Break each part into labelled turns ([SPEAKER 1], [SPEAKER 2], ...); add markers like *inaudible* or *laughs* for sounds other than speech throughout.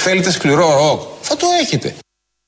[SPEAKER 1] θέλετε σκληρό ροκ, θα το έχετε.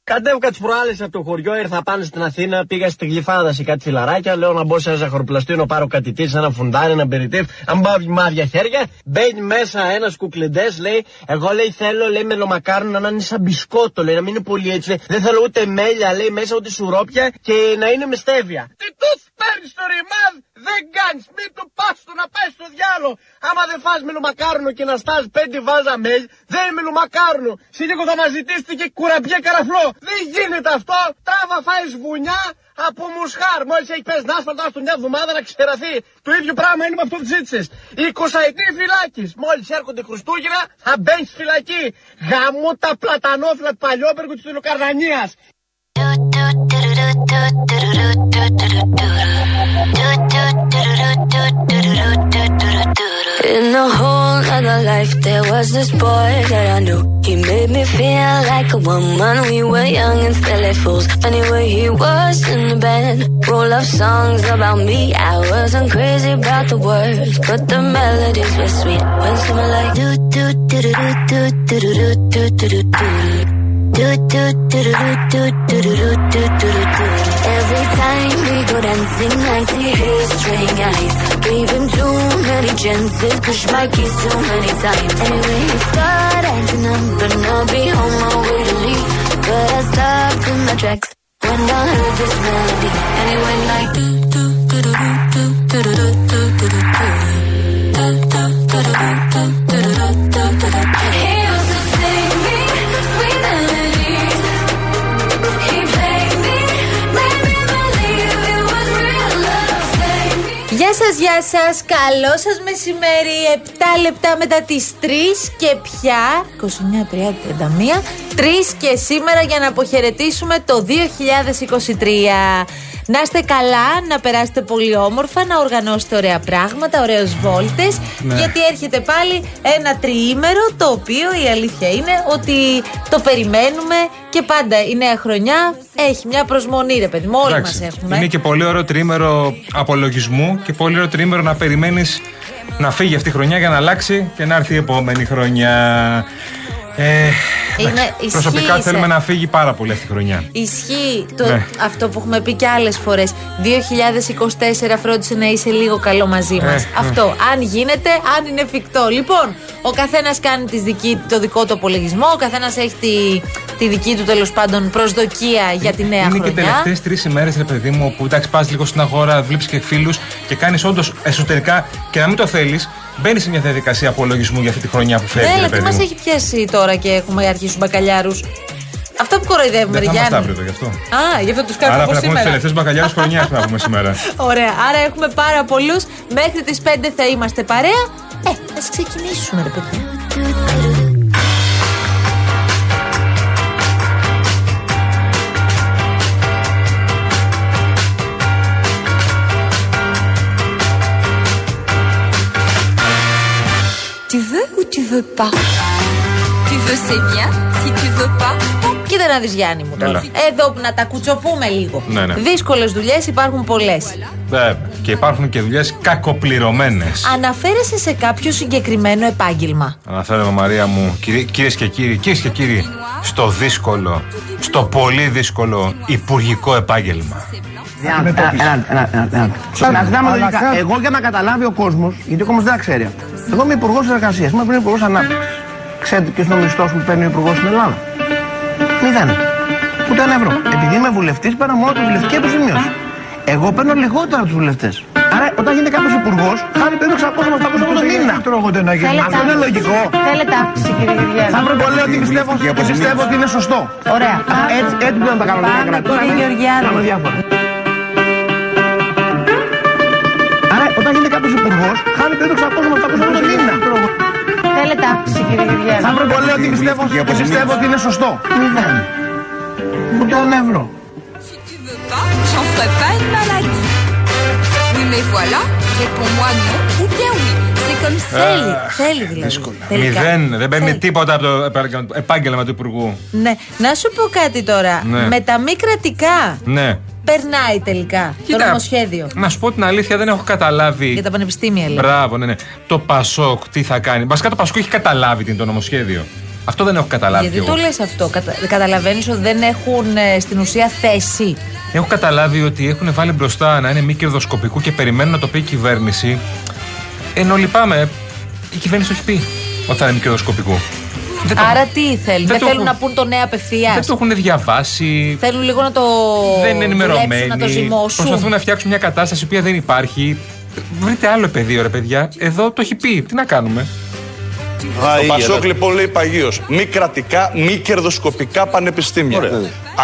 [SPEAKER 2] Κατέβηκα τις προάλλες από το χωριό, ήρθα πάνω στην Αθήνα, πήγα στη γλυφάδα σε κάτι φιλαράκια. Λέω να μπω σε ένα ζαχαροπλαστίνο, πάρω κάτι τίτσα, ένα φουντάρι, ένα μπεριτήφ. Αν πάω μάδια χέρια, μπαίνει μέσα ένας κουκλεντές, λέει, Εγώ λέει θέλω, λέει μελομακάρουνα να είναι σαν μπισκότο, λέει, να μην είναι πολύ έτσι. Λέει. Δεν θέλω ούτε μέλια, λέει, μέσα ούτε σουρόπια και να είναι με στέβια. Τι τους παίρνεις το ρημάδ, δεν κάνεις, μην το πα το να πάει στο διάλο. Άμα δεν φας μελομακάρονο και να στάς πέντε βάζα μέλ, δεν είναι μελομακάρονο. Σε λίγο θα μας ζητήσετε και κουραμπιέ καραφλό. Δεν γίνεται αυτό. Τράβα φάεις βουνιά από μουσχάρ. Μόλις έχει πέσει να άσπαρτο του μια εβδομάδα να ξεραθεί. Το ίδιο πράγμα είναι με αυτό που ζήτησες. 20 ετή φυλάκη. Μόλις έρχονται Χριστούγεννα θα μπαίνεις στη φυλακή. Γαμώ τα πλατανόφυλλα του παλιόπεργου της Τουλοκαρδανία.
[SPEAKER 3] In a whole other life, there was this boy that I knew. He made me feel like a woman. We were young and silly fools. Anyway, he was in the band. Roll of songs about me. I wasn't crazy about the words, but the melodies were sweet. When someone like do do do do do do do do do do do do. Every time we go dancing, I see his string eyes. Gave him too many chances, pushed my keys too many times. Anyway, he started acting up, but I'll be on my way to leave. But I stopped in my tracks when I heard this melody. And it went like do do do do do do do do do do do do do do do do
[SPEAKER 4] Γεια σας, γεια σας. Καλό σας μεσημέρι. 7 λεπτά μετά τις 3 και πια. 29, 30, 31. 3 και σήμερα για να αποχαιρετήσουμε το 2023. Να είστε καλά, να περάσετε πολύ όμορφα, να οργανώσετε ωραία πράγματα, ωραίε βόλτες.
[SPEAKER 5] Ναι.
[SPEAKER 4] Γιατί έρχεται πάλι ένα τριήμερο το οποίο η αλήθεια είναι ότι το περιμένουμε και πάντα η νέα χρονιά έχει μια προσμονή, ρε παιδί μου. Όλοι μα
[SPEAKER 5] Εντάξει,
[SPEAKER 4] έχουμε.
[SPEAKER 5] Είναι και πολύ ωραίο τρίμερο απολογισμού και πολύ ωραίο τρίμερο να περιμένεις να φύγει αυτή η χρονιά για να αλλάξει και να έρθει η επόμενη χρονιά. Ε,
[SPEAKER 4] Είναι-
[SPEAKER 5] εντάξει,
[SPEAKER 4] ισχύει
[SPEAKER 5] προσωπικά
[SPEAKER 4] σε-
[SPEAKER 5] θέλουμε να φύγει πάρα πολύ αυτή η χρονιά.
[SPEAKER 4] Ισχύει το,
[SPEAKER 5] Ναι.
[SPEAKER 4] αυτό που έχουμε πει και άλλες φορές. 2024 φρόντισε να είσαι λίγο καλό μαζί μας.
[SPEAKER 5] Ε,
[SPEAKER 4] αυτό. Αν γίνεται, αν είναι εφικτό. Λοιπόν, ο καθένας κάνει τις δική, το δικό του απολογισμό, ο καθένας έχει τη, τη δική του τέλος πάντων προσδοκία για τη νέα
[SPEAKER 5] είναι
[SPEAKER 4] χρονιά.
[SPEAKER 5] και τελευταίες τρεις ημέρες, ρε παιδί μου, που εντάξει, πας λίγο στην αγορά, βλέπει και φίλου και κάνεις όντως εσωτερικά και να μην το θέλεις, μπαίνει σε μια διαδικασία απολογισμού για αυτή τη χρονιά που φεύγει.
[SPEAKER 4] Ναι,
[SPEAKER 5] ρε
[SPEAKER 4] αλλά τι
[SPEAKER 5] παιδί
[SPEAKER 4] μας
[SPEAKER 5] μου.
[SPEAKER 4] έχει πιάσει τώρα και έχουμε αρχίσει μπακαλιάρους. Αυτό που κοροϊδεύουμε,
[SPEAKER 5] Δεν
[SPEAKER 4] ρε
[SPEAKER 5] θα είμαστε
[SPEAKER 4] Γιάννη.
[SPEAKER 5] αύριο γι' αυτό.
[SPEAKER 4] Α, γι' αυτό τους
[SPEAKER 5] Άρα
[SPEAKER 4] κάνουμε από
[SPEAKER 5] πρέπει να πούμε του
[SPEAKER 4] σήμερα.
[SPEAKER 5] τελευταίου
[SPEAKER 4] *laughs*
[SPEAKER 5] μπακαλιάρους χρονιάς πρέπει να πούμε σήμερα.
[SPEAKER 4] Ωραία, άρα έχουμε πάρα πολλούς. Μέχρι τις 5 θα είμαστε παρέα. Ε, ας ξεκινήσουμε, ρε παιδί.
[SPEAKER 3] Tu veux ou tu veux pas Tu veux, c'est bien. Si tu veux pas,
[SPEAKER 4] Κοίτα να δεις Γιάννη μου τώρα.
[SPEAKER 5] Έλα.
[SPEAKER 4] Εδώ που να τα κουτσοπούμε λίγο.
[SPEAKER 5] Ναι, ναι.
[SPEAKER 4] Δύσκολες δουλειές υπάρχουν πολλές.
[SPEAKER 5] Ε, και υπάρχουν και δουλειές κακοπληρωμένες.
[SPEAKER 4] Αναφέρεσαι σε κάποιο συγκεκριμένο επάγγελμα.
[SPEAKER 5] Αναφέρομαι, Μαρία μου, κυρίε και κύριοι, κυρίε και κύριοι, στο δύσκολο, στο πολύ δύσκολο υπουργικό επάγγελμα.
[SPEAKER 6] Ένα, ένα, ένα, ένα, ένα. Να κοιτάμε λογικά. Εγώ για να καταλάβει ο κόσμος, γιατί ο κόσμος δεν τα ξέρει αυτά. Εγώ είμαι υπουργός εργασίας, είμαι πριν υπουργός ανάπτυξης. Ξέρετε ποιος είναι ο μισθός που παίρνει ο υπουργός στην Ελλάδα. Μηδέν. Ούτε ένα ευρώ. Επειδή είμαι βουλευτής, παίρνω μόνο τη βουλευτική αποζημίωση. Εγώ παίρνω λιγότερα από τους βουλευτές. Άρα όταν γίνεται κάποιος υπουργός, χάνει περίπου 600 με 700 ευρώ το μήνα. Αυτό δεν είναι λογικό.
[SPEAKER 7] Θέλετε αύξηση, κύριε Γεωργιάδη.
[SPEAKER 6] Θα πρέπει πολύ ότι πιστεύω, πιστεύω ότι είναι σωστό.
[SPEAKER 7] Ωραία.
[SPEAKER 6] Έτσι, έτσι πρέπει να τα κάνουμε.
[SPEAKER 7] Πάμε, κύριε Γεωργιάδη.
[SPEAKER 6] Κάνω διάφορα. Άρα, όταν γίνεται κάποιος υπουργός, χάνει περίπου 600 με 700 ευρώ το μήνα.
[SPEAKER 7] Θέλετε αύξηση, κύριε Γεωργιάδη.
[SPEAKER 6] Θα πρέπει πολύ ότι πιστεύω, πιστεύω ότι είναι σωστό. Μηδέν. Ούτε ένα ευρώ.
[SPEAKER 3] si tu veux pas, j'en ferai pas une maladie. Oui, mais voilà, réponds-moi non ou bien oui. C'est comme ça.
[SPEAKER 4] Θέλει, θέλει δηλαδή. Τελικά.
[SPEAKER 5] Μηδέn, Ε, δεν παίρνει
[SPEAKER 4] Θέλει.
[SPEAKER 5] τίποτα από το επάγγελμα- επάγγελμα του υπουργού.
[SPEAKER 4] Ναι. Να σου πω κάτι τώρα.
[SPEAKER 5] Ναι.
[SPEAKER 4] Με τα μη κρατικά
[SPEAKER 5] Ναι.
[SPEAKER 4] περνάει τελικά το νομοσχέδιο.
[SPEAKER 5] Να σου πω την αλήθεια, δεν έχω καταλάβει.
[SPEAKER 4] Για τα πανεπιστήμια λέει.
[SPEAKER 5] Μπράβο, ναι, ναι. Το Πασόκ τι θα κάνει. Βασικά το Πασόκ έχει καταλάβει τι είναι το νομοσχέδιο. Αυτό δεν έχω καταλάβει. κι
[SPEAKER 4] Γιατί
[SPEAKER 5] εγώ.
[SPEAKER 4] το λες αυτό, Κατα... Καταλαβαίνεις ότι δεν έχουν ε, στην ουσία θέση.
[SPEAKER 5] Έχω καταλάβει ότι έχουν βάλει μπροστά να είναι μη κερδοσκοπικού και περιμένουν να το πει η κυβέρνηση. Ενώ λυπάμαι, η κυβέρνηση το έχει πει ότι θα είναι μη κερδοσκοπικού. Δεν το-
[SPEAKER 4] Άρα τι θέλουν,
[SPEAKER 5] Δεν
[SPEAKER 4] δεν,
[SPEAKER 5] το
[SPEAKER 4] θέλουν
[SPEAKER 5] έχουν-
[SPEAKER 4] να πούν το ναι απευθείας.
[SPEAKER 5] δεν το έχουν διαβάσει.
[SPEAKER 4] Θέλουν λίγο να το
[SPEAKER 5] δεν είναι ενημερωμένοι.
[SPEAKER 4] δουλέψουν, να το
[SPEAKER 5] Προσπαθούν
[SPEAKER 4] ζυμώσουν.
[SPEAKER 5] να φτιάξουν μια κατάσταση η οποία δεν υπάρχει. Βρείτε άλλο πεδίο, ρε παιδιά. Εδώ το έχει πει. Τι να κάνουμε.
[SPEAKER 8] Το Πασόκ λοιπόν λέει παγίως. Μη κρατικά, μη κερδοσκοπικά πανεπιστήμια. Ναι.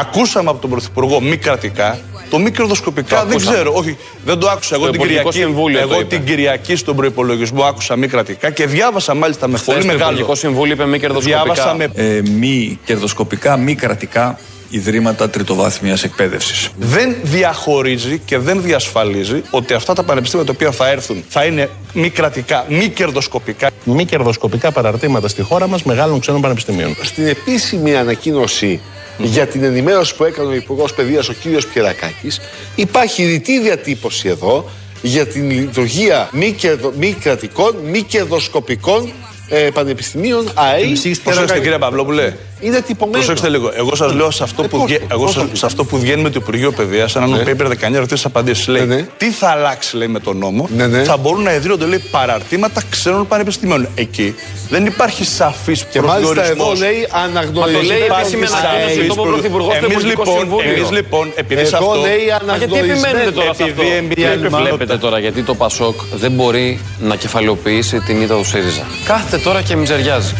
[SPEAKER 8] Ακούσαμε από τον Πρωθυπουργό μη κρατικά. Το μη κερδοσκοπικά δεν ξέρω. Όχι, δεν το άκουσα. Εγώ, την
[SPEAKER 9] Υπουργικό
[SPEAKER 8] Κυριακή,
[SPEAKER 9] Συμβούλιο το
[SPEAKER 8] εγώ
[SPEAKER 9] είπε.
[SPEAKER 8] την Κυριακή στον προπολογισμό άκουσα μη κρατικά και διάβασα μάλιστα με πολύ
[SPEAKER 9] Χθες Το
[SPEAKER 8] μεγάλο.
[SPEAKER 9] Υπουργικό Συμβούλιο είπε μη κερδοσκοπικά.
[SPEAKER 8] Διάβασα με
[SPEAKER 10] ε, μη κερδοσκοπικά, μη κρατικά ιδρύματα τριτοβάθμιας εκπαίδευσης.
[SPEAKER 8] δεν διαχωρίζει και δεν διασφαλίζει ότι αυτά τα πανεπιστήμια τα οποία θα έρθουν θα είναι μη κρατικά, μη κερδοσκοπικά.
[SPEAKER 11] μη κερδοσκοπικά παραρτήματα στη χώρα μας μεγάλων ξένων πανεπιστημίων.
[SPEAKER 10] Στην επίσημη ανακοίνωση για την ενημέρωση που έκανε ο Υπουργός Παιδείας, ο κ. Πιερακάκης, υπάρχει ρητή διατύπωση εδώ για την λειτουργία μη, κερδο, μη κρατικών, μη κερδοσκοπικών ε, πανεπιστημίων ΑΕΗ.
[SPEAKER 8] Προσέξτε κύριε Παυλόπουλε.
[SPEAKER 10] Είναι τυπωμένο.
[SPEAKER 8] Προσέξτε λίγο. Εγώ σας λέω σε αυτό,
[SPEAKER 10] Ε,
[SPEAKER 8] που,
[SPEAKER 10] πώς
[SPEAKER 8] βγε-
[SPEAKER 10] το-
[SPEAKER 8] εγώ
[SPEAKER 10] πώς
[SPEAKER 8] σε,
[SPEAKER 10] το-
[SPEAKER 8] σε αυτό που βγαίνει με το Υπουργείο Παιδείας, σε έναν paper 19 ερωτήσει απαντήσεις. Λέει
[SPEAKER 10] Ναι, ναι.
[SPEAKER 8] τι θα αλλάξει λέει, με τον νόμο.
[SPEAKER 10] Ναι, ναι.
[SPEAKER 8] Θα μπορούν να ιδρύονται λέει, παραρτήματα ξένων πανεπιστημίων. Εκεί δεν υπάρχει σαφής
[SPEAKER 10] Και μάλιστα εδώ
[SPEAKER 8] προορισμό.
[SPEAKER 10] λέει
[SPEAKER 9] Μα το λέει
[SPEAKER 10] αναγνωρισμένη.
[SPEAKER 9] επίσημη ανακοίνωση του Πρωθυπουργού στο
[SPEAKER 8] Εμεί
[SPEAKER 9] Υπουργικό
[SPEAKER 8] λοιπόν,
[SPEAKER 9] Συμβούλιο.
[SPEAKER 8] εμείς, λοιπόν, επειδή σε
[SPEAKER 10] Εδώ
[SPEAKER 8] αυτό.
[SPEAKER 10] λέει Ναι,
[SPEAKER 9] Μα γιατί επιμένετε
[SPEAKER 10] αναγνωρισμένη.
[SPEAKER 9] τώρα σε αυτό.
[SPEAKER 8] επειδή εμπειρία
[SPEAKER 9] Τι
[SPEAKER 8] μάλλον-
[SPEAKER 9] Βλέπετε τώρα γιατί το Πασόκ δεν μπορεί να κεφαλαιοποιήσει την ήττα του ΣΥΡΙΖΑ. Κάθεται τώρα και μιζεριάζει.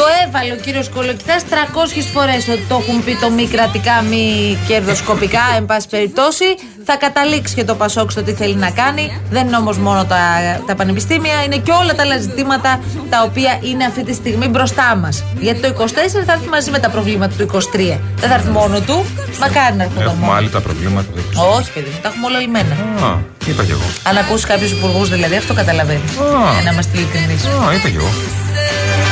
[SPEAKER 4] Το έβαλε ο κύριος Κολοκυθάς 300 φορές ότι το έχουν πει το μη κρατικά, μη κερδοσκοπικά, εν πάση περιπτώσει. Θα καταλήξει και το Πασόκ στο τι θέλει να κάνει. Δεν είναι όμως μόνο τα, τα πανεπιστήμια, είναι και όλα τα άλλα ζητήματα τα οποία είναι αυτή τη στιγμή μπροστά μας. Γιατί το 24 θα έρθει μαζί με τα προβλήματα του 23. Δεν θα έρθει μόνο του, μακάρι να έρθει
[SPEAKER 5] Έχουμε
[SPEAKER 4] μόνο.
[SPEAKER 5] άλλη τα προβλήματα. δεν ξέρω.
[SPEAKER 4] Όχι, παιδί μου, τα έχουμε όλα λυμμένα.
[SPEAKER 5] Α, είπα κι εγώ.
[SPEAKER 4] Αν ακούσει κάποιου υπουργούς δηλαδή, αυτό καταλαβαίνει.
[SPEAKER 5] Α.
[SPEAKER 4] Για να είμαστε ειλικρινείς.
[SPEAKER 5] Α, είπα κι εγώ.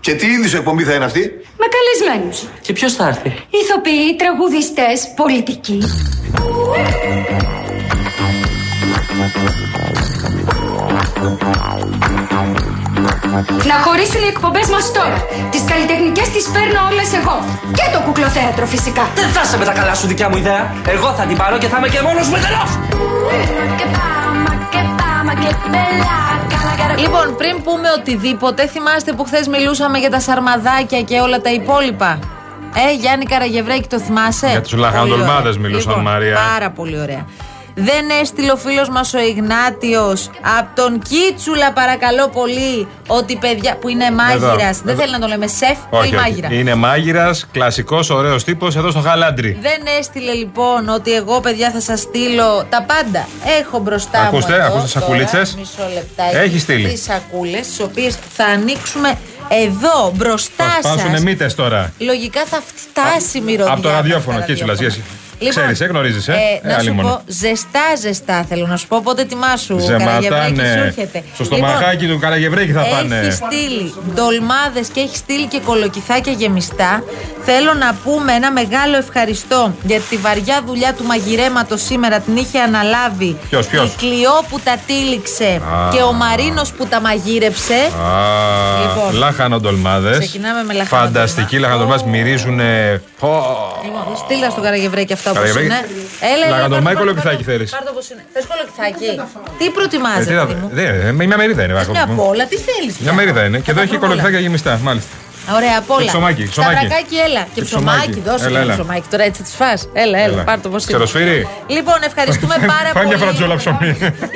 [SPEAKER 10] Και τι είδους εκπομπή θα είναι αυτή.
[SPEAKER 3] Με καλεσμένους.
[SPEAKER 9] Και ποιος θα έρθει.
[SPEAKER 3] Ηθοποιοί, τραγουδιστές, πολιτικοί. Να χωρίσουν οι εκπομπές μας τώρα. Τις καλλιτεχνικές τις παίρνω όλες εγώ. Και το κουκλοθέατρο φυσικά.
[SPEAKER 7] Δεν θα είσαι με τα καλά σου δικιά μου ιδέα. Εγώ θα την πάρω και θα είμαι και μόνος μου εντελώς.
[SPEAKER 4] Λοιπόν, πριν πούμε οτιδήποτε, θυμάστε που χθες μιλούσαμε για τα σαρμαδάκια και όλα τα υπόλοιπα. Ε, Γιάννη Καραγευρέκη, το θυμάσαι.
[SPEAKER 5] Για τους
[SPEAKER 4] Πολύ
[SPEAKER 5] λαγανδολμάδες
[SPEAKER 4] ωραία.
[SPEAKER 5] μιλούσαμε,
[SPEAKER 4] Λοιπόν,
[SPEAKER 5] Μαρία.
[SPEAKER 4] Πάρα πολύ ωραία. Δεν έστειλε ο φίλος μας ο Ιγνάτιος από τον Κίτσουλα, παρακαλώ πολύ, ότι παιδιά. που είναι μάγειρας. Δεν
[SPEAKER 5] Εδώ.
[SPEAKER 4] θέλει να το λέμε σεφ,
[SPEAKER 5] Όχι,
[SPEAKER 4] θέλει
[SPEAKER 5] όχι.
[SPEAKER 4] μάγειρα.
[SPEAKER 5] Είναι μάγειρας, κλασικός, ωραίος τύπος εδώ στο Χαλάντρι.
[SPEAKER 4] Δεν έστειλε λοιπόν ότι εγώ παιδιά θα σας στείλω τα πάντα. Έχω μπροστά
[SPEAKER 5] Ακούστε,
[SPEAKER 4] μου. εδώ
[SPEAKER 5] ακούστε τις
[SPEAKER 4] τώρα,
[SPEAKER 5] σακουλίτσες.
[SPEAKER 4] Μισό λεπτάκι.
[SPEAKER 5] Έχει στείλει.
[SPEAKER 4] Τι σακούλες, τις οποίες θα ανοίξουμε εδώ μπροστά
[SPEAKER 5] Θα
[SPEAKER 4] σα.
[SPEAKER 5] σπάσουνε μύτες τώρα.
[SPEAKER 4] Λογικά θα φτάσει η μυρωδιά.
[SPEAKER 5] από το ραδιόφωνο,
[SPEAKER 4] τα
[SPEAKER 5] Κίτσουλας,
[SPEAKER 4] ραδιόφωνα. Λοιπόν,
[SPEAKER 5] yes. Ξέρεις, ε, γνωρίζεις, ε. Ε,
[SPEAKER 4] να
[SPEAKER 5] άλλη
[SPEAKER 4] σου
[SPEAKER 5] μόνο.
[SPEAKER 4] πω, ζεστά, ζεστά θέλω να σου πω. Οπότε τιμά σου,
[SPEAKER 5] Ζεμάτα,
[SPEAKER 4] Καραγευρέκη, σου
[SPEAKER 5] ναι.
[SPEAKER 4] έρχεται. Λοιπόν,
[SPEAKER 5] Στο στομαχάκι του Καραγευρέκη θα πάνε.
[SPEAKER 4] Έχει στείλει ντολμάδες και έχει στείλει και κολοκυθάκια γεμιστά. Θέλω να πούμε ένα μεγάλο ευχαριστώ για τη βαριά δουλειά του μαγειρέματος σήμερα. Την είχε αναλάβει
[SPEAKER 5] Ποιος, ποιος?
[SPEAKER 4] η Κλειό που τα τύλιξε
[SPEAKER 5] Α.
[SPEAKER 4] και ο Μαρίνος που τα μαγείρεψε.
[SPEAKER 5] Α,
[SPEAKER 4] Λοιπόν.
[SPEAKER 5] λαχανοντολμάδες.
[SPEAKER 4] Ξεκινάμε με λαχανοτολμά.
[SPEAKER 5] Φανταστικοί λαχανοντολμάδες, μυρίζουν. Ε,
[SPEAKER 4] Λοιπόν, στείλα στον Καραγευρέκη αυτά όπω
[SPEAKER 5] Καραγευρέκη.
[SPEAKER 4] είναι. Έλα,
[SPEAKER 5] Λαγαντομά
[SPEAKER 4] πάρ' το, πάρ'
[SPEAKER 5] ή
[SPEAKER 4] το,
[SPEAKER 5] κολοκυθάκι
[SPEAKER 4] πάρ' το,
[SPEAKER 5] θέλεις? Ε,
[SPEAKER 4] πάρ' το όπως είναι. Θες κολοκυθάκι. Τι προτιμάς, ρε παιδί μου.
[SPEAKER 5] Μια μερίδα είναι.
[SPEAKER 4] Θες μια
[SPEAKER 5] ακόμα.
[SPEAKER 4] απ' όλα, τι θέλεις. πια.
[SPEAKER 5] Μια μερίδα είναι. Και
[SPEAKER 4] Θα
[SPEAKER 5] εδώ
[SPEAKER 4] τα
[SPEAKER 5] έχει
[SPEAKER 4] βρούμε όλα.
[SPEAKER 5] κολοκυθάκια γεμιστά, μάλιστα.
[SPEAKER 4] Ωραία, απ' όλα.
[SPEAKER 5] Και ψωμάκι, ψωμάκι.
[SPEAKER 4] Σταυρακάκι, έλα. Και
[SPEAKER 5] Και
[SPEAKER 4] ψωμάκι,
[SPEAKER 5] ψωμάκι.
[SPEAKER 4] δώσε
[SPEAKER 5] Έλα,
[SPEAKER 4] έλα,
[SPEAKER 5] έλα.
[SPEAKER 4] ψωμάκι. Τώρα έτσι τη φά. Έλα, έλα,
[SPEAKER 5] Έλα.
[SPEAKER 4] πάρ' το πώς είναι.
[SPEAKER 5] Ξεροσφύρι.
[SPEAKER 4] Λοιπόν,
[SPEAKER 5] *laughs*
[SPEAKER 4] ευχαριστούμε πάρα
[SPEAKER 5] Φάει
[SPEAKER 4] πολύ.
[SPEAKER 5] μια φρατζόλα ψωμί.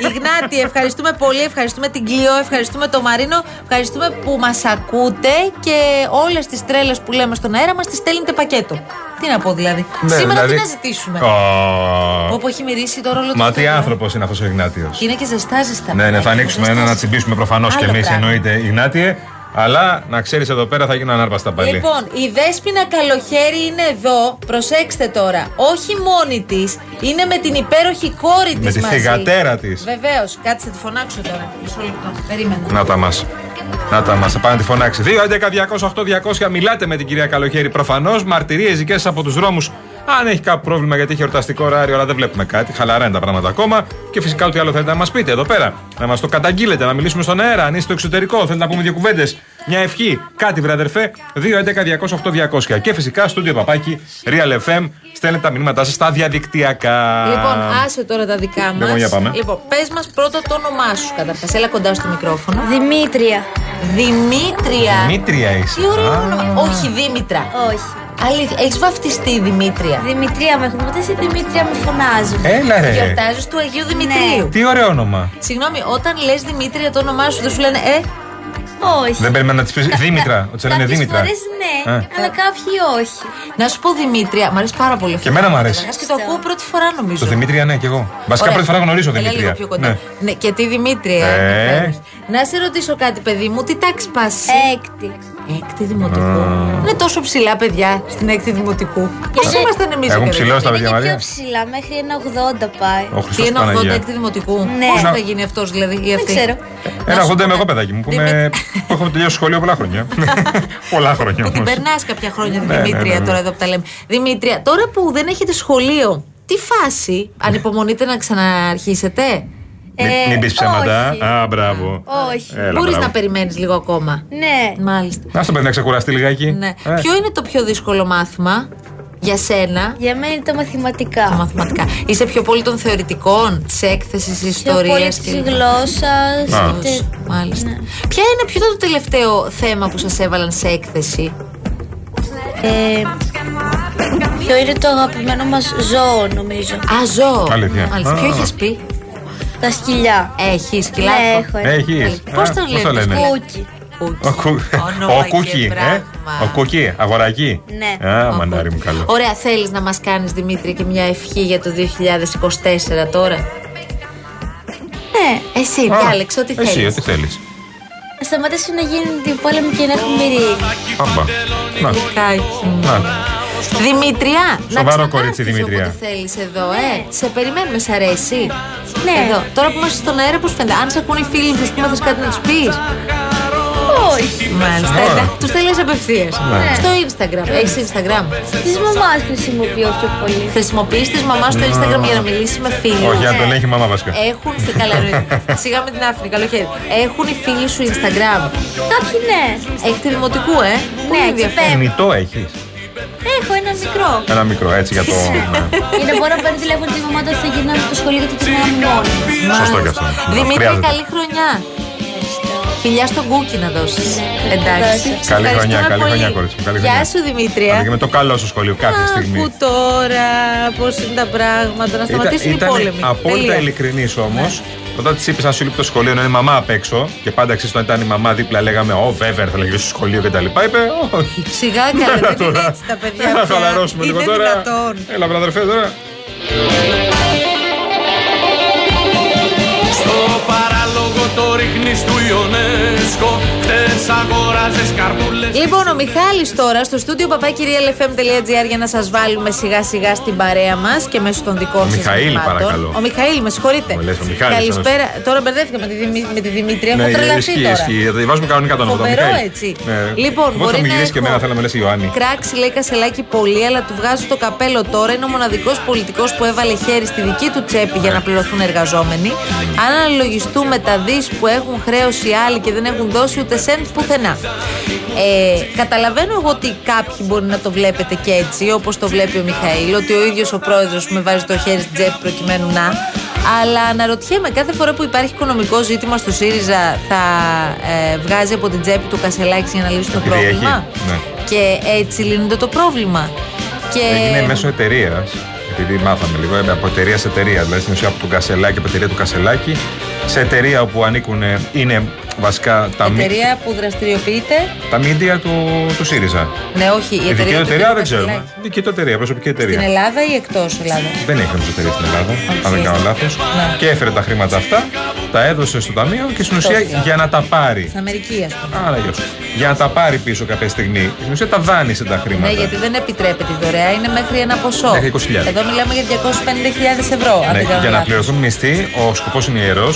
[SPEAKER 4] Ιγνάτη, ευχαριστούμε πολύ. Ευχαριστούμε την Κλειό, ευχαριστούμε τον Μαρίνο. Ευχαριστούμε που μας ακούτε και όλες τις τρέλες που λέμε στον αέρα μας τις στέλνετε πακέτο. Τι να πω δηλαδή.
[SPEAKER 5] Ναι,
[SPEAKER 4] Σήμερα
[SPEAKER 5] δηλαδή-
[SPEAKER 4] τι να ζητήσουμε.
[SPEAKER 5] Ω,
[SPEAKER 4] Όπου έχει μυρίσει το ρόλο του.
[SPEAKER 5] Μα
[SPEAKER 4] στο
[SPEAKER 5] τι
[SPEAKER 4] νερό.
[SPEAKER 5] άνθρωπος είναι αυτός ο Ιγνάτιος.
[SPEAKER 4] Και είναι και ζεστά ζεστά.
[SPEAKER 5] Ναι, ναι, θα
[SPEAKER 4] Έχει
[SPEAKER 5] ανοίξουμε
[SPEAKER 4] ζεστά,
[SPEAKER 5] ένα να
[SPEAKER 4] ζεστά.
[SPEAKER 5] τσιμπήσουμε προφανώς και
[SPEAKER 4] Ε, Άλλο
[SPEAKER 5] εμείς
[SPEAKER 4] πράγμα.
[SPEAKER 5] εννοείται Ιγνάτιε. Αλλά να ξέρεις εδώ πέρα θα γίνουν ανάρπαστα πάλι.
[SPEAKER 4] Λοιπόν, η Δέσποινα Καλοχέρη είναι εδώ. Προσέξτε τώρα. Όχι μόνη της, είναι με την υπέροχη κόρη τη.
[SPEAKER 5] Με τη θυγατέρα της.
[SPEAKER 4] Βεβαίως. Κάτσε να τη φωνάξω τώρα. Μισό λεπτό. Περίμενα.
[SPEAKER 5] Να τα μας. Να τα μας. Θα πάνε να τη φωνάξει. 2, 11, 208, 200. Μιλάτε με την κυρία Καλοχέρη προφανώς. Μαρτυρίες δικές από τους δρόμους. Αν έχει κάποιο πρόβλημα γιατί έχει εορταστικό ωράριο, αλλά δεν βλέπουμε κάτι. Χαλαρά είναι τα πράγματα ακόμα. Και φυσικά ό,τι άλλο θέλετε να μας πείτε εδώ πέρα. Να μας το καταγγείλετε, να μιλήσουμε στον αέρα. Αν είστε στο εξωτερικό, θέλετε να πούμε δύο κουβέντες. Μια ευχή. Κάτι, βραδερφέ. 211-208-200. Και φυσικά στο παπάκι Real FM. Στέλνετε τα μηνύματά σας στα διαδικτυακά.
[SPEAKER 4] Λοιπόν, άσε τώρα τα δικά μα.
[SPEAKER 5] Λοιπόν, για πάμε.
[SPEAKER 4] Λοιπόν, πες μας πρώτα το όνομά σου καταρχάς. Έλα κοντά στο μικρόφωνο.
[SPEAKER 12] Δημήτρια.
[SPEAKER 4] Δημήτρια.
[SPEAKER 5] Δημήτρια είσαι.
[SPEAKER 4] Τι ωραίο
[SPEAKER 5] Α.
[SPEAKER 4] όνομα. Όχι, Δήμητρα.
[SPEAKER 12] Όχι.
[SPEAKER 4] Αλήθεια, έχεις βαφτιστεί Δημήτρια.
[SPEAKER 12] Δημητρία με έχουν κοντήσει, Δημήτρια με φωνάζουν.
[SPEAKER 5] Έλα ρε.
[SPEAKER 4] Γιορτάζεις του Αγίου Δημητρίου.
[SPEAKER 5] Τι ωραίο όνομα.
[SPEAKER 4] Συγγνώμη, όταν λες Δημήτρια το όνομά σου, δεν σου λένε Ε,
[SPEAKER 12] Όχι.
[SPEAKER 5] Δεν περιμένω να τη πεις Δήμητρα. Ότι σε λένε
[SPEAKER 12] Κάποιες
[SPEAKER 5] Δήμητρα.
[SPEAKER 12] φορές ναι,
[SPEAKER 5] Ε.
[SPEAKER 12] αλλά κάποιοι όχι.
[SPEAKER 4] Να σου πω Δημήτρια, μου αρέσει πάρα πολύ αυτό.
[SPEAKER 5] Και εμένα μ' αρέσει.
[SPEAKER 4] Ας και το ακούω πρώτη φορά νομίζω.
[SPEAKER 5] Το Δημήτρια, ναι, και εγώ. Βασικά
[SPEAKER 4] Ωραία.
[SPEAKER 5] πρώτη φορά γνωρίζω
[SPEAKER 4] Έλα
[SPEAKER 5] Δημήτρια.
[SPEAKER 4] λίγο πιο κοντά.
[SPEAKER 5] Ναι.
[SPEAKER 4] Ναι, και τη Δημήτρια.
[SPEAKER 5] Ε.
[SPEAKER 4] είναι υπέροχη. Να σε ρωτήσω κάτι, παιδί μου, τι τάξη πας.
[SPEAKER 12] Ε. Έκτη.
[SPEAKER 4] Έκτη δημοτικού. Είναι τόσο ψηλά, παιδιά, στην έκτη δημοτικού.
[SPEAKER 12] Ε.
[SPEAKER 4] Πώ ήμασταν εμείς,
[SPEAKER 5] Έχουν ψηλώσει τα παιδιά,
[SPEAKER 12] Είναι και
[SPEAKER 5] Μαρία.
[SPEAKER 12] πιο ψηλά, μέχρι ένα 80 πάει.
[SPEAKER 5] Ο
[SPEAKER 4] Τι
[SPEAKER 5] Χριστός
[SPEAKER 4] είναι 80
[SPEAKER 5] Παναγία.
[SPEAKER 4] έκτη δημοτικού.
[SPEAKER 12] Ναι.
[SPEAKER 4] Πώς
[SPEAKER 5] Να-
[SPEAKER 4] θα γίνει αυτός, δηλαδή, ή
[SPEAKER 12] Δεν
[SPEAKER 4] αυτή.
[SPEAKER 12] ξέρω.
[SPEAKER 5] Ένα 80 είμαι εγώ, παιδάκι μου, που, είμαι... που έχω τελειώσει σχολείο πολλά
[SPEAKER 4] *laughs*
[SPEAKER 5] χρόνια. πολλά χρόνια
[SPEAKER 4] Που Ε, την
[SPEAKER 5] όμως.
[SPEAKER 4] περνάς κάποια χρόνια,
[SPEAKER 5] Ναι, ναι,
[SPEAKER 4] Δημήτρια,
[SPEAKER 5] ναι, ναι.
[SPEAKER 4] τώρα εδώ που τα λέμε. Δημήτρια, τώρα που δεν έχετε σχολείο, τι φάση, ανυπομονείτε να ξαναρχίσετε.
[SPEAKER 5] Μην,
[SPEAKER 4] ε,
[SPEAKER 5] μην πεις ψέματα.
[SPEAKER 12] όχι.
[SPEAKER 5] Α, μπράβο.
[SPEAKER 12] Όχι.
[SPEAKER 5] Έλα,
[SPEAKER 4] Μπορείς
[SPEAKER 5] μπράβο.
[SPEAKER 4] να περιμένεις λίγο ακόμα.
[SPEAKER 12] Ναι.
[SPEAKER 4] Μάλιστα.
[SPEAKER 5] Να στο παιδί να ξεκουραστεί λιγάκι.
[SPEAKER 4] Ναι.
[SPEAKER 5] Ε,
[SPEAKER 4] Ποιο είναι το πιο δύσκολο μάθημα για σένα,
[SPEAKER 12] Για μένα είναι τα μαθηματικά.
[SPEAKER 4] τα μαθηματικά. Είσαι πιο πολύ των θεωρητικών, της έκθεσης,
[SPEAKER 12] Πιο πολύ Ναι.
[SPEAKER 4] ιστορία
[SPEAKER 12] τη γλώσσα.
[SPEAKER 5] Α.
[SPEAKER 4] Μάλιστα. Ποια είναι, ποιο ήταν το τελευταίο θέμα που σας έβαλαν σε έκθεση.
[SPEAKER 12] ε, Ποιο είναι το αγαπημένο μας ζώο, νομίζω.
[SPEAKER 4] Α, ζώο.
[SPEAKER 5] Αλήθεια.
[SPEAKER 4] Μάλιστα. Ποιο
[SPEAKER 5] Α.
[SPEAKER 4] είχες πει.
[SPEAKER 12] Τα σκυλιά.
[SPEAKER 4] Έχεις, σκυλάκι.
[SPEAKER 12] Ναι, έχω ένα.
[SPEAKER 5] Έχεις.
[SPEAKER 4] Πώ
[SPEAKER 5] Α,
[SPEAKER 4] λοιπόν. το
[SPEAKER 5] Ε,
[SPEAKER 4] λένε.
[SPEAKER 5] πώς το λένε.
[SPEAKER 12] Κούκι.
[SPEAKER 5] Ο, κου...
[SPEAKER 4] Όνομα
[SPEAKER 5] ο
[SPEAKER 4] και
[SPEAKER 5] Κούκι, ε.
[SPEAKER 4] πράγμα.
[SPEAKER 5] Ο Κούκι, αγοράκι.
[SPEAKER 12] Ναι.
[SPEAKER 5] Α, μανάρι μου καλό.
[SPEAKER 4] Ωραία, θέλεις να μας κάνεις Δημήτρη και μια ευχή για το 2024 τώρα.
[SPEAKER 12] Ναι.
[SPEAKER 4] Εσύ,
[SPEAKER 5] Α,
[SPEAKER 4] διάλεξε ό,τι
[SPEAKER 5] Εσύ, ε,
[SPEAKER 4] θέλεις.
[SPEAKER 5] ό,τι θέλεις.
[SPEAKER 12] Να σταματήσουν να γίνονται οι πόλεμοι και να έχουμε ειρήνη.
[SPEAKER 5] Άμπα. Να, να.
[SPEAKER 4] Δημητριά,
[SPEAKER 5] Σοβαρό
[SPEAKER 4] να
[SPEAKER 5] κορίτσι, Δημητριά.
[SPEAKER 4] Ό,τι θέλεις εδώ, ε. Σε περιμένουμε, σ' αρέσει.
[SPEAKER 12] Ναι.
[SPEAKER 4] Εδώ. Τώρα που είμαστε στον αέρα, πώς φαίνεται. Αν σε ακούνε οι φίλοι τους, πούμε, θες κάτι να τους πεις.
[SPEAKER 12] Όχι.
[SPEAKER 4] Μάλιστα.
[SPEAKER 5] Ωραία. Ναι.
[SPEAKER 4] εντάξει. Τους θέλει απευθεία. Στο Instagram. Έχεις Instagram.
[SPEAKER 12] Της μαμάς χρησιμοποιώ πιο πολύ.
[SPEAKER 4] Χρησιμοποιείς της μαμάς στο Instagram για να μιλήσει με φίλους.
[SPEAKER 5] Όχι, αν τον έχει η μαμά βασικά.
[SPEAKER 4] Έχουν. φυ- Καλά, ρε. Σιγά με την άφηνη, καλό χέρι. Έχουν οι φίλοι σου Instagram.
[SPEAKER 12] Κάποιοι ναι.
[SPEAKER 4] Έχετε δημοτικού, ε. Πολύ
[SPEAKER 12] και
[SPEAKER 4] ενδιαφέρον.
[SPEAKER 5] Κινητό έχεις.
[SPEAKER 12] Έχω ένα μικρό.
[SPEAKER 5] Ένα μικρό, έτσι για το. ναι.
[SPEAKER 12] Για να μπορώ να παίρνω τηλέφωνο τη μαμά του όταν γυρνάω από το σχολείο γιατί γυρνάω μόνη.
[SPEAKER 5] Σωστό κι αυτό.
[SPEAKER 4] Δημήτρη,
[SPEAKER 5] Χρειάζεται.
[SPEAKER 4] καλή χρονιά. Φιλιά στον κούκι να δώσεις.
[SPEAKER 12] δώσω.
[SPEAKER 4] Εντάξει.
[SPEAKER 5] Καλή χρονιά,
[SPEAKER 4] Ευχαριστούμε
[SPEAKER 5] καλή
[SPEAKER 4] πολύ.
[SPEAKER 5] χρονιά, κορίτσι μου, καλή
[SPEAKER 4] Γεια
[SPEAKER 5] χρονιά.
[SPEAKER 4] σου,
[SPEAKER 5] Αλλά και
[SPEAKER 4] Δημήτρια.
[SPEAKER 5] με το καλό στο σχολείο κάποια στιγμή.
[SPEAKER 4] Ακού τώρα πώς είναι τα πράγματα, να σταματήσουν οι πόλεμοι.
[SPEAKER 5] απόλυτα
[SPEAKER 4] Τελεία. Ναι.
[SPEAKER 5] ειλικρινής όμως. Όταν της είπες να σου λείπει το σχολείο, να είναι η μαμά απ' έξω και πάντα ξέρεις όταν ήταν η μαμά δίπλα, λέγαμε Ω, βέβαια, θα λέγαμε στο σχολείο κτλ. Είπε Όχι.
[SPEAKER 4] Σιγά καλά,
[SPEAKER 5] Έλα
[SPEAKER 4] δεν είναι
[SPEAKER 5] τώρα.
[SPEAKER 4] έτσι τα παιδιά.
[SPEAKER 5] Έλα,
[SPEAKER 4] πια.
[SPEAKER 5] χαλαρώσουμε λίγο
[SPEAKER 4] Είναι
[SPEAKER 5] τώρα.
[SPEAKER 4] δυνατόν.
[SPEAKER 5] Έλα, βραδερφέ τώρα.
[SPEAKER 13] Στο παράλογο το ρίχνεις του Ιονέσκο Χτες αγοράζες καρπούλες
[SPEAKER 4] Λοιπόν, ο Μιχάλης τώρα στο στούντιο papakirialfm.gr για να σας βάλουμε σιγά σιγά στην παρέα μας και μέσω των δικών
[SPEAKER 5] Ο
[SPEAKER 4] σας
[SPEAKER 5] Μιχαήλ,
[SPEAKER 4] μηνυμάτων.
[SPEAKER 5] παρακαλώ.
[SPEAKER 4] Ο Μιχαήλ, με συγχωρείτε.
[SPEAKER 5] Μου λες, ο Μιχάλης,
[SPEAKER 4] Καλησπέρα. Τώρα μπερδεύτηκα με τη, Δημη- με τη Δημήτρια,
[SPEAKER 5] Ναι,
[SPEAKER 4] έχω τρελαθεί
[SPEAKER 5] ισχύει,
[SPEAKER 4] τώρα.
[SPEAKER 5] ισχύει. Θα τη βάζουμε κανονικά τον όνομα.
[SPEAKER 4] Φοβερό,
[SPEAKER 5] Μιχαήλ.
[SPEAKER 4] έτσι.
[SPEAKER 5] Ναι.
[SPEAKER 4] Λοιπόν,
[SPEAKER 5] Εγώ
[SPEAKER 4] μπορεί
[SPEAKER 5] θα μου
[SPEAKER 4] να
[SPEAKER 5] γυρίσει και
[SPEAKER 4] έχω-
[SPEAKER 5] εμένα, θέλω να με λες Ιωάννη.
[SPEAKER 4] Κράξει λέει κασελάκι πολύ, αλλά του βγάζω το καπέλο τώρα. Είναι ο μοναδικός πολιτικός που έβαλε χέρι στη δική του τσέπη για να πληρωθούν εργαζόμενοι. Αν αναλογιστούμε τα δις που έχουν χρέωση οι άλλοι και δεν έχουν δώσει ούτε σέντ πουθενά. Ε, καταλαβαίνω εγώ ότι κάποιοι μπορεί να το βλέπετε και έτσι, όπως το βλέπει ο Μιχαήλ, ότι ο ίδιος ο πρόεδρος με βάζει το χέρι στην τσέπη προκειμένου να. Αλλά αναρωτιέμαι, κάθε φορά που υπάρχει οικονομικό ζήτημα στο ΣΥΡΙΖΑ, θα ε, βγάζει από την τσέπη του Κασελάκη για να λύσει το
[SPEAKER 5] Επειδή έχει,
[SPEAKER 4] πρόβλημα.
[SPEAKER 5] ναι.
[SPEAKER 4] Και έτσι λύνεται το πρόβλημα. Και...
[SPEAKER 5] Έγινε μέσω εταιρείας. Επειδή μάθαμε λίγο, ε, από εταιρεία σε εταιρεία. Δηλαδή στην ουσία από τον Κασελάκη, από την εταιρεία του Κασελάκη, σε εταιρεία όπου ανήκουν, ε, είναι Βασικά τα, μι-
[SPEAKER 4] Εταιρεία που δραστηριοποιείται.
[SPEAKER 5] τα media του, του ΣΥΡΙΖΑ.
[SPEAKER 4] Ναι, όχι, η
[SPEAKER 5] Η δική του
[SPEAKER 4] εταιρεία.
[SPEAKER 5] εταιρεία δεν
[SPEAKER 4] Βασιλάκη.
[SPEAKER 5] ξέρουμε. Δική του εταιρεία, προσωπική εταιρεία.
[SPEAKER 4] Στην Ελλάδα ή εκτός Ελλάδας.
[SPEAKER 5] Δεν έχει όμως εταιρεία στην Ελλάδα, αν δεν κάνω λάθος.
[SPEAKER 4] Ναι.
[SPEAKER 5] Και έφερε τα χρήματα αυτά, τα έδωσε στο ταμείο και στην ουσία
[SPEAKER 4] Τόσο.
[SPEAKER 5] για να τα πάρει.
[SPEAKER 4] Στην Αμερική, ας πούμε.
[SPEAKER 5] Άρα γιος. Για να τα πάρει πίσω κάποια στιγμή. Στην ουσία τα δάνεισε τα
[SPEAKER 4] Ναι,
[SPEAKER 5] χρήματα.
[SPEAKER 4] γιατί δεν επιτρέπεται η δωρεά, είναι μέχρι ένα ποσό.
[SPEAKER 5] Μέχρι 20.000.
[SPEAKER 4] Εδώ μιλάμε για 250.000 ευρώ. αν
[SPEAKER 5] Ναι,
[SPEAKER 4] δεν κάνω
[SPEAKER 5] για να
[SPEAKER 4] λάθος.
[SPEAKER 5] πληρωθούν μισθοί, ο σκοπός είναι ιερός.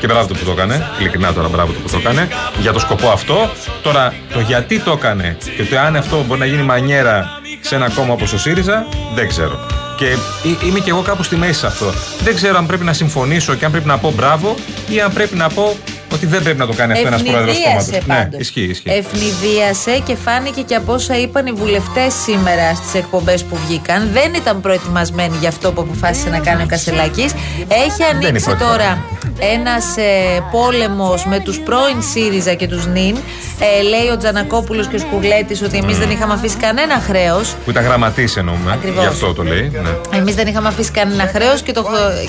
[SPEAKER 5] Και μπράβο του που το έκανε. Ειλικρινά τώρα, μπράβο του που το έκανε. Για το σκοπό αυτό. Τώρα, το γιατί το έκανε και το αν αυτό μπορεί να γίνει μανιέρα σε ένα κόμμα όπως ο ΣΥΡΙΖΑ, δεν ξέρω. Και ε- είμαι και εγώ κάπου στη μέση σε αυτό. Δεν ξέρω αν πρέπει να συμφωνήσω και αν πρέπει να πω μπράβο ή αν πρέπει να πω ότι δεν πρέπει να το κάνει αυτό ένας πρόεδρος
[SPEAKER 4] Ευνηδίασε
[SPEAKER 5] κόμματο. Ναι,
[SPEAKER 4] ε, πάντως.
[SPEAKER 5] ισχύει, ισχύει.
[SPEAKER 4] Ευνηδίασε και φάνηκε και από όσα είπαν οι βουλευτές σήμερα στις εκπομπές που βγήκαν. Δεν ήταν προετοιμασμένοι για αυτό που αποφάσισε να κάνει ο Κασελάκης. Έχει
[SPEAKER 5] είναι η
[SPEAKER 4] ανοίξει
[SPEAKER 5] πρώτη
[SPEAKER 4] τώρα ένας ε, πόλεμος με τους πρώην ΣΥΡΙΖΑ και τους νυν. Ε, λέει ο Τζανακόπουλος και ο Σκουρλέτη ότι εμείς
[SPEAKER 5] Μμμ.
[SPEAKER 4] δεν είχαμε αφήσει κανένα χρέος.
[SPEAKER 5] Που ήταν γραμματή εννοούμε.
[SPEAKER 4] Ακριβώς.
[SPEAKER 5] Γι' αυτό το λέει. Ναι.
[SPEAKER 4] Εμείς δεν είχαμε αφήσει κανένα χρέος και, το,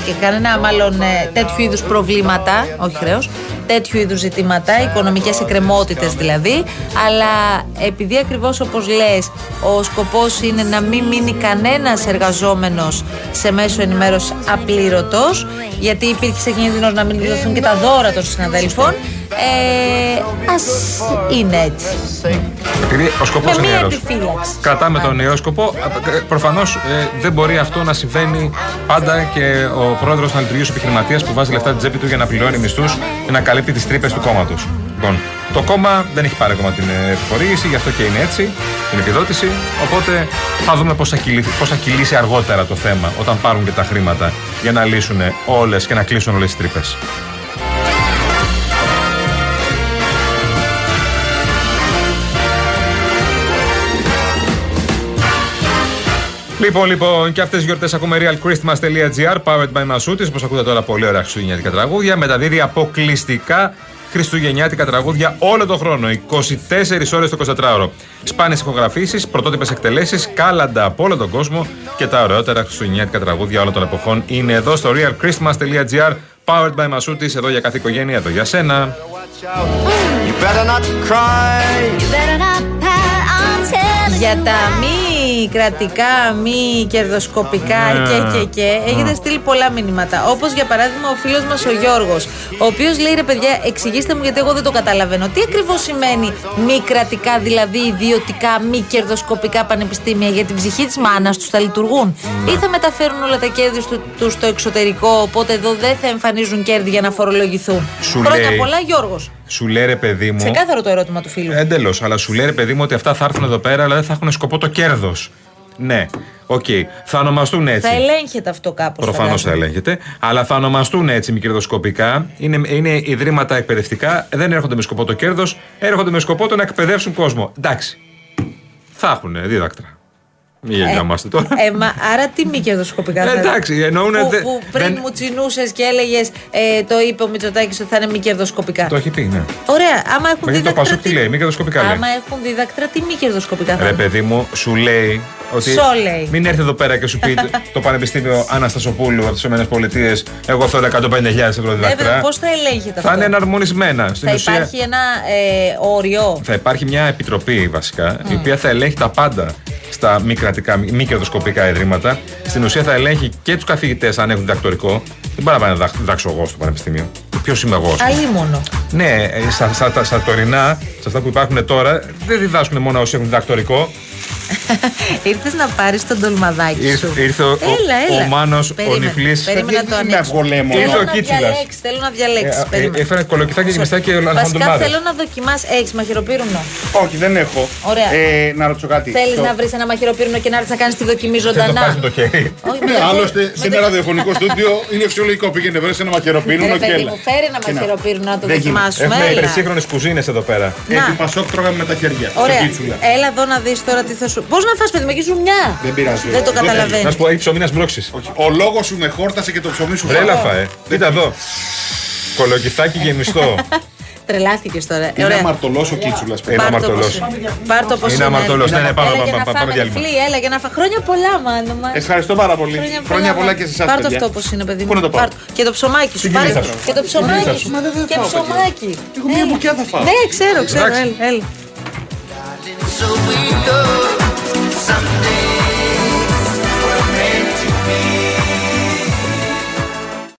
[SPEAKER 4] και κανένα μάλλον ε, τέτοιου είδους προβλήματα, όχι χρέος, τέτοιου είδους ζητήματα, οικονομικές εκκρεμότητες δηλαδή. Αλλά επειδή ακριβώς όπως λες, ο σκοπός είναι να μην μείνει κανένας εργαζόμενος σε μέσο ενημέρωσης απλήρωτος, γιατί υπήρχε κίνδυνος να μην δοθούν και τα δώρα των συναδέλφων. Ε, Ας είναι έτσι.
[SPEAKER 5] Επειδή ο σκοπός
[SPEAKER 4] Με
[SPEAKER 5] είναι
[SPEAKER 4] μία
[SPEAKER 5] ιερός.
[SPEAKER 4] επιφύλαξη.
[SPEAKER 5] Κρατάμε τον ιερό σκοπό. Προφανώς ε, δεν μπορεί αυτό να συμβαίνει πάντα και ο πρόεδρος να λειτουργήσει ω επιχειρηματίας που βάζει λεφτά στην τσέπη του για να πληρώνει μισθούς και να καλύπτει τις τρύπες του κόμματος. Λοιπόν, το κόμμα δεν έχει πάρει ακόμα την ε, επιχορήγηση, γι' αυτό και είναι έτσι, την επιδότηση. Οπότε θα δούμε πώς θα, κυλήθει- πώς θα κυλήσει αργότερα το θέμα όταν πάρουν και τα χρήματα για να λύσουν όλες και να κλείσουν όλες τις τρύπες. Λοιπόν, λοιπόν, και αυτές οι γιορτές ακούμε realchristmas.gr, powered by Masutis, όπως ακούτε τώρα πολύ ωραία χριστουγεννιάτικα τραγούδια. Μεταδίδει αποκλειστικά χριστουγεννιάτικα τραγούδια όλο τον χρόνο, 24 ώρες το 24ωρο. Σπάνιες ηχογραφήσεις, πρωτότυπες εκτελέσεις, κάλαντα από όλο τον κόσμο και τα ωραιότερα χριστουγεννιάτικα τραγούδια όλων των εποχών είναι εδώ στο realchristmas.gr, powered by Masutis, εδώ για κάθε οικογένεια, εδώ για σένα.
[SPEAKER 10] You better not cry.
[SPEAKER 4] Για τα μη κρατικά, μη κερδοσκοπικά
[SPEAKER 10] Ναι.
[SPEAKER 4] και και και έχετε στείλει πολλά μηνύματα. Όπως για παράδειγμα ο φίλος μας ο Γιώργος, ο οποίος λέει ρε παιδιά, εξηγήστε μου γιατί εγώ δεν το καταλαβαίνω. Τι ακριβώς σημαίνει μη κρατικά, δηλαδή ιδιωτικά, μη κερδοσκοπικά πανεπιστήμια για την ψυχή της μάνας τους θα λειτουργούν. Ή θα μεταφέρουν όλα τα κέρδη του, τους στο εξωτερικό, οπότε εδώ δεν θα εμφανίζουν κέρδη για να φορολογηθούν.
[SPEAKER 5] Σου
[SPEAKER 4] Χρόνια
[SPEAKER 5] λέει.
[SPEAKER 4] πολλά, Γιώργος.
[SPEAKER 5] Σου λέει ρε παιδί μου.
[SPEAKER 4] Ξεκάθαρο το ερώτημα του φίλου.
[SPEAKER 5] Εντελώς. Αλλά σου λέει ρε παιδί μου ότι αυτά θα έρθουν εδώ πέρα, αλλά δεν θα έχουν σκοπό το κέρδος. Ναι. Οκ. Θα ονομαστούν έτσι.
[SPEAKER 4] Θα ελέγχεται αυτό κάπως.
[SPEAKER 5] Προφανώς θα ελέγχεται. Αλλά θα ονομαστούν έτσι μη κερδοσκοπικά. Είναι, είναι ιδρύματα εκπαιδευτικά. Δεν έρχονται με σκοπό το κέρδος. Έρχονται με σκοπό το να εκπαιδεύσουν κόσμο. Εντάξει. Θα έχουν δίδακτρα. Μην γελιόμαστε τώρα.
[SPEAKER 4] Ε, μα, άρα τι μη κερδοσκοπικά θα
[SPEAKER 5] Ε, εντάξει, εννοούνε
[SPEAKER 4] Που,
[SPEAKER 5] δε-
[SPEAKER 4] που πριν
[SPEAKER 5] δεν-
[SPEAKER 4] μου τσινούσες και έλεγες ε, το είπε ο Μητσοτάκης ότι θα είναι μη κερδοσκοπικά.
[SPEAKER 5] Το έχει πει, ναι.
[SPEAKER 4] Ωραία, άμα έχουν
[SPEAKER 5] Μα γιατί το
[SPEAKER 4] δίδακτρα.
[SPEAKER 5] Πασόκ τι λέει, μη κερδοσκοπικά λέει.
[SPEAKER 4] Άμα έχουν δίδακτρα, τι μη κερδοσκοπικά θα
[SPEAKER 5] Ρε
[SPEAKER 4] είναι.
[SPEAKER 5] παιδί μου, σου λέει ότι.
[SPEAKER 4] Σο λέει.
[SPEAKER 5] Μην έρθει εδώ πέρα και
[SPEAKER 4] *laughs*
[SPEAKER 5] σου πει το- το Πανεπιστήμιο Αναστασοπούλου από τις ΗΠΑ. Εγώ θέλω 150.000 ευρώ
[SPEAKER 4] Ναι, βέβαια,
[SPEAKER 5] διδακτρά.
[SPEAKER 4] πώς θα ελέγχεται
[SPEAKER 5] Θα
[SPEAKER 4] αυτό.
[SPEAKER 5] είναι εναρμονισμένα. Στην
[SPEAKER 4] θα
[SPEAKER 5] ουσία
[SPEAKER 4] υπάρχει ένα ε, όριο.
[SPEAKER 5] θα υπάρχει μια επιτροπή βασικά,
[SPEAKER 4] Mm.
[SPEAKER 5] η οποία θα ελέγχει τα πάντα στα μη κρατικά, μη κερδοσκοπικά ιδρύματα. Στην ουσία θα ελέγχει και τους καθηγητές αν έχουν διδακτορικό. Δεν μπορεί να πάνε διδάξ- διδαξιογός στο Πανεπιστήμιο. Ποιος είμαι εγώ, ας πούμε.
[SPEAKER 4] Αλίμονο.
[SPEAKER 5] Ναι, ε, στα, στα, στα, στα τωρινά, σε αυτά που υπάρχουν τώρα, δεν διδάσκουν μόνο όσοι έχουν διδακτορικό.
[SPEAKER 4] Ήρθες να πάρεις τον τολμαδάκι σου.
[SPEAKER 5] Ήρθε, ήρθε ο,
[SPEAKER 4] Έλα,
[SPEAKER 5] ο,
[SPEAKER 4] έλα.
[SPEAKER 5] ο Μάνος, ο
[SPEAKER 4] Περίμενε,
[SPEAKER 5] Νιφλής.
[SPEAKER 4] Περίμενα να το
[SPEAKER 5] Είναι
[SPEAKER 4] ανοίξω.
[SPEAKER 5] αυγολέμονο. Ήρθε
[SPEAKER 4] Θέλω
[SPEAKER 5] ο
[SPEAKER 4] να
[SPEAKER 5] Κίτσιλας.
[SPEAKER 4] διαλέξεις, Θέλω να διαλέξεις.
[SPEAKER 5] Ε, ε, Έφερε κολοκυθάκια και μιστά και
[SPEAKER 4] Βασικά
[SPEAKER 5] λαχανδομάδες.
[SPEAKER 4] θέλω να δοκιμάσει. Έχει μαχαιροπύρνο.
[SPEAKER 14] Όχι, δεν έχω.
[SPEAKER 4] Ωραία.
[SPEAKER 14] Ε, να ρωτήσω κάτι.
[SPEAKER 4] Θέλεις
[SPEAKER 14] Το-
[SPEAKER 4] να βρεις ένα μαχαιροπύρνο και να έρθεις να κάνεις τη δοκιμή
[SPEAKER 14] Θες να
[SPEAKER 4] ζωντανά.
[SPEAKER 14] πάρεις το
[SPEAKER 5] χέρι.
[SPEAKER 4] Όχι, με
[SPEAKER 8] Ναι,
[SPEAKER 4] το χέρι.
[SPEAKER 8] άλλωστε
[SPEAKER 4] Με
[SPEAKER 8] σε
[SPEAKER 4] το-
[SPEAKER 8] ένα ραδιοφωνικό στούντιο είναι φυσιολογικό. Πήγαινε, βρες ένα μαχαιροπύρνο
[SPEAKER 4] Ρε
[SPEAKER 8] και
[SPEAKER 4] παιδί
[SPEAKER 8] έλα.
[SPEAKER 4] μου, φέρει ένα
[SPEAKER 8] Και να.
[SPEAKER 4] μαχαιροπύρνο να το
[SPEAKER 8] Δεν γίνεται.
[SPEAKER 4] δοκιμάσουμε.
[SPEAKER 8] Έχουμε
[SPEAKER 4] Έλα.
[SPEAKER 5] Υπερσύγχρονες κουζίνες εδώ πέρα.
[SPEAKER 4] Να. Επί
[SPEAKER 5] Πασόκ τρώγαμε με τα χέρια.
[SPEAKER 4] Ωραία. Έλα εδώ να δεις τώρα τι θα σου. Πώς να φας παιδί μου, εκεί ζουμιά. Δεν το
[SPEAKER 5] Να
[SPEAKER 4] καταλαβαίνει.
[SPEAKER 5] σου πω, έχει ψωμί να σμπρώξει.
[SPEAKER 8] Ο λόγος σου με χόρτασε και το ψωμί σου
[SPEAKER 5] Ρε έλα φάε. Κοίτα εδώ. Κολοκυθάκι γεμιστό.
[SPEAKER 4] Τρελάθηκε τώρα. ε.
[SPEAKER 5] Είναι
[SPEAKER 4] Ωραία.
[SPEAKER 5] αμαρτωλός ο Κίτσουλας.
[SPEAKER 8] Είναι
[SPEAKER 4] Πάρ' το
[SPEAKER 8] αμαρτωλός.
[SPEAKER 4] όπως Πάρ' το πως
[SPEAKER 8] Είναι αμαρτωλός. Ναι, ναι, πάμε,
[SPEAKER 4] Έλα
[SPEAKER 8] πάμε,
[SPEAKER 4] για να
[SPEAKER 8] πάμε, πάμε
[SPEAKER 4] φάμε
[SPEAKER 8] διάλειμμα.
[SPEAKER 4] τυφλή, έλα για να φάμε. Χρόνια πολλά, μάνα μα.
[SPEAKER 5] Ευχαριστώ πάρα πολύ.
[SPEAKER 4] Χρόνια πολλά,
[SPEAKER 5] Χρόνια πολλά
[SPEAKER 4] μάνα.
[SPEAKER 5] και σε εσάς.
[SPEAKER 4] Πάρ' το αυτό πως είναι, παιδί μου.
[SPEAKER 5] Πού να το
[SPEAKER 4] Πάρ'
[SPEAKER 5] πάρω.
[SPEAKER 4] το. Και το ψωμάκι σου.
[SPEAKER 5] Στην
[SPEAKER 4] πάρε
[SPEAKER 5] κυλίτσα σου.
[SPEAKER 4] Και το ψωμάκι
[SPEAKER 5] κυλίτσα
[SPEAKER 4] σου.
[SPEAKER 5] σου. Μα δεν θα
[SPEAKER 4] Και
[SPEAKER 5] φάω,
[SPEAKER 4] ψωμάκι.
[SPEAKER 5] Εγώ μία
[SPEAKER 4] Έλα.
[SPEAKER 5] μπουκιά θα φάω.
[SPEAKER 4] Ναι, ξέρω, ξέρω.
[SPEAKER 5] Εντάξει.
[SPEAKER 4] Έλα, έλα.
[SPEAKER 15] So we go someday.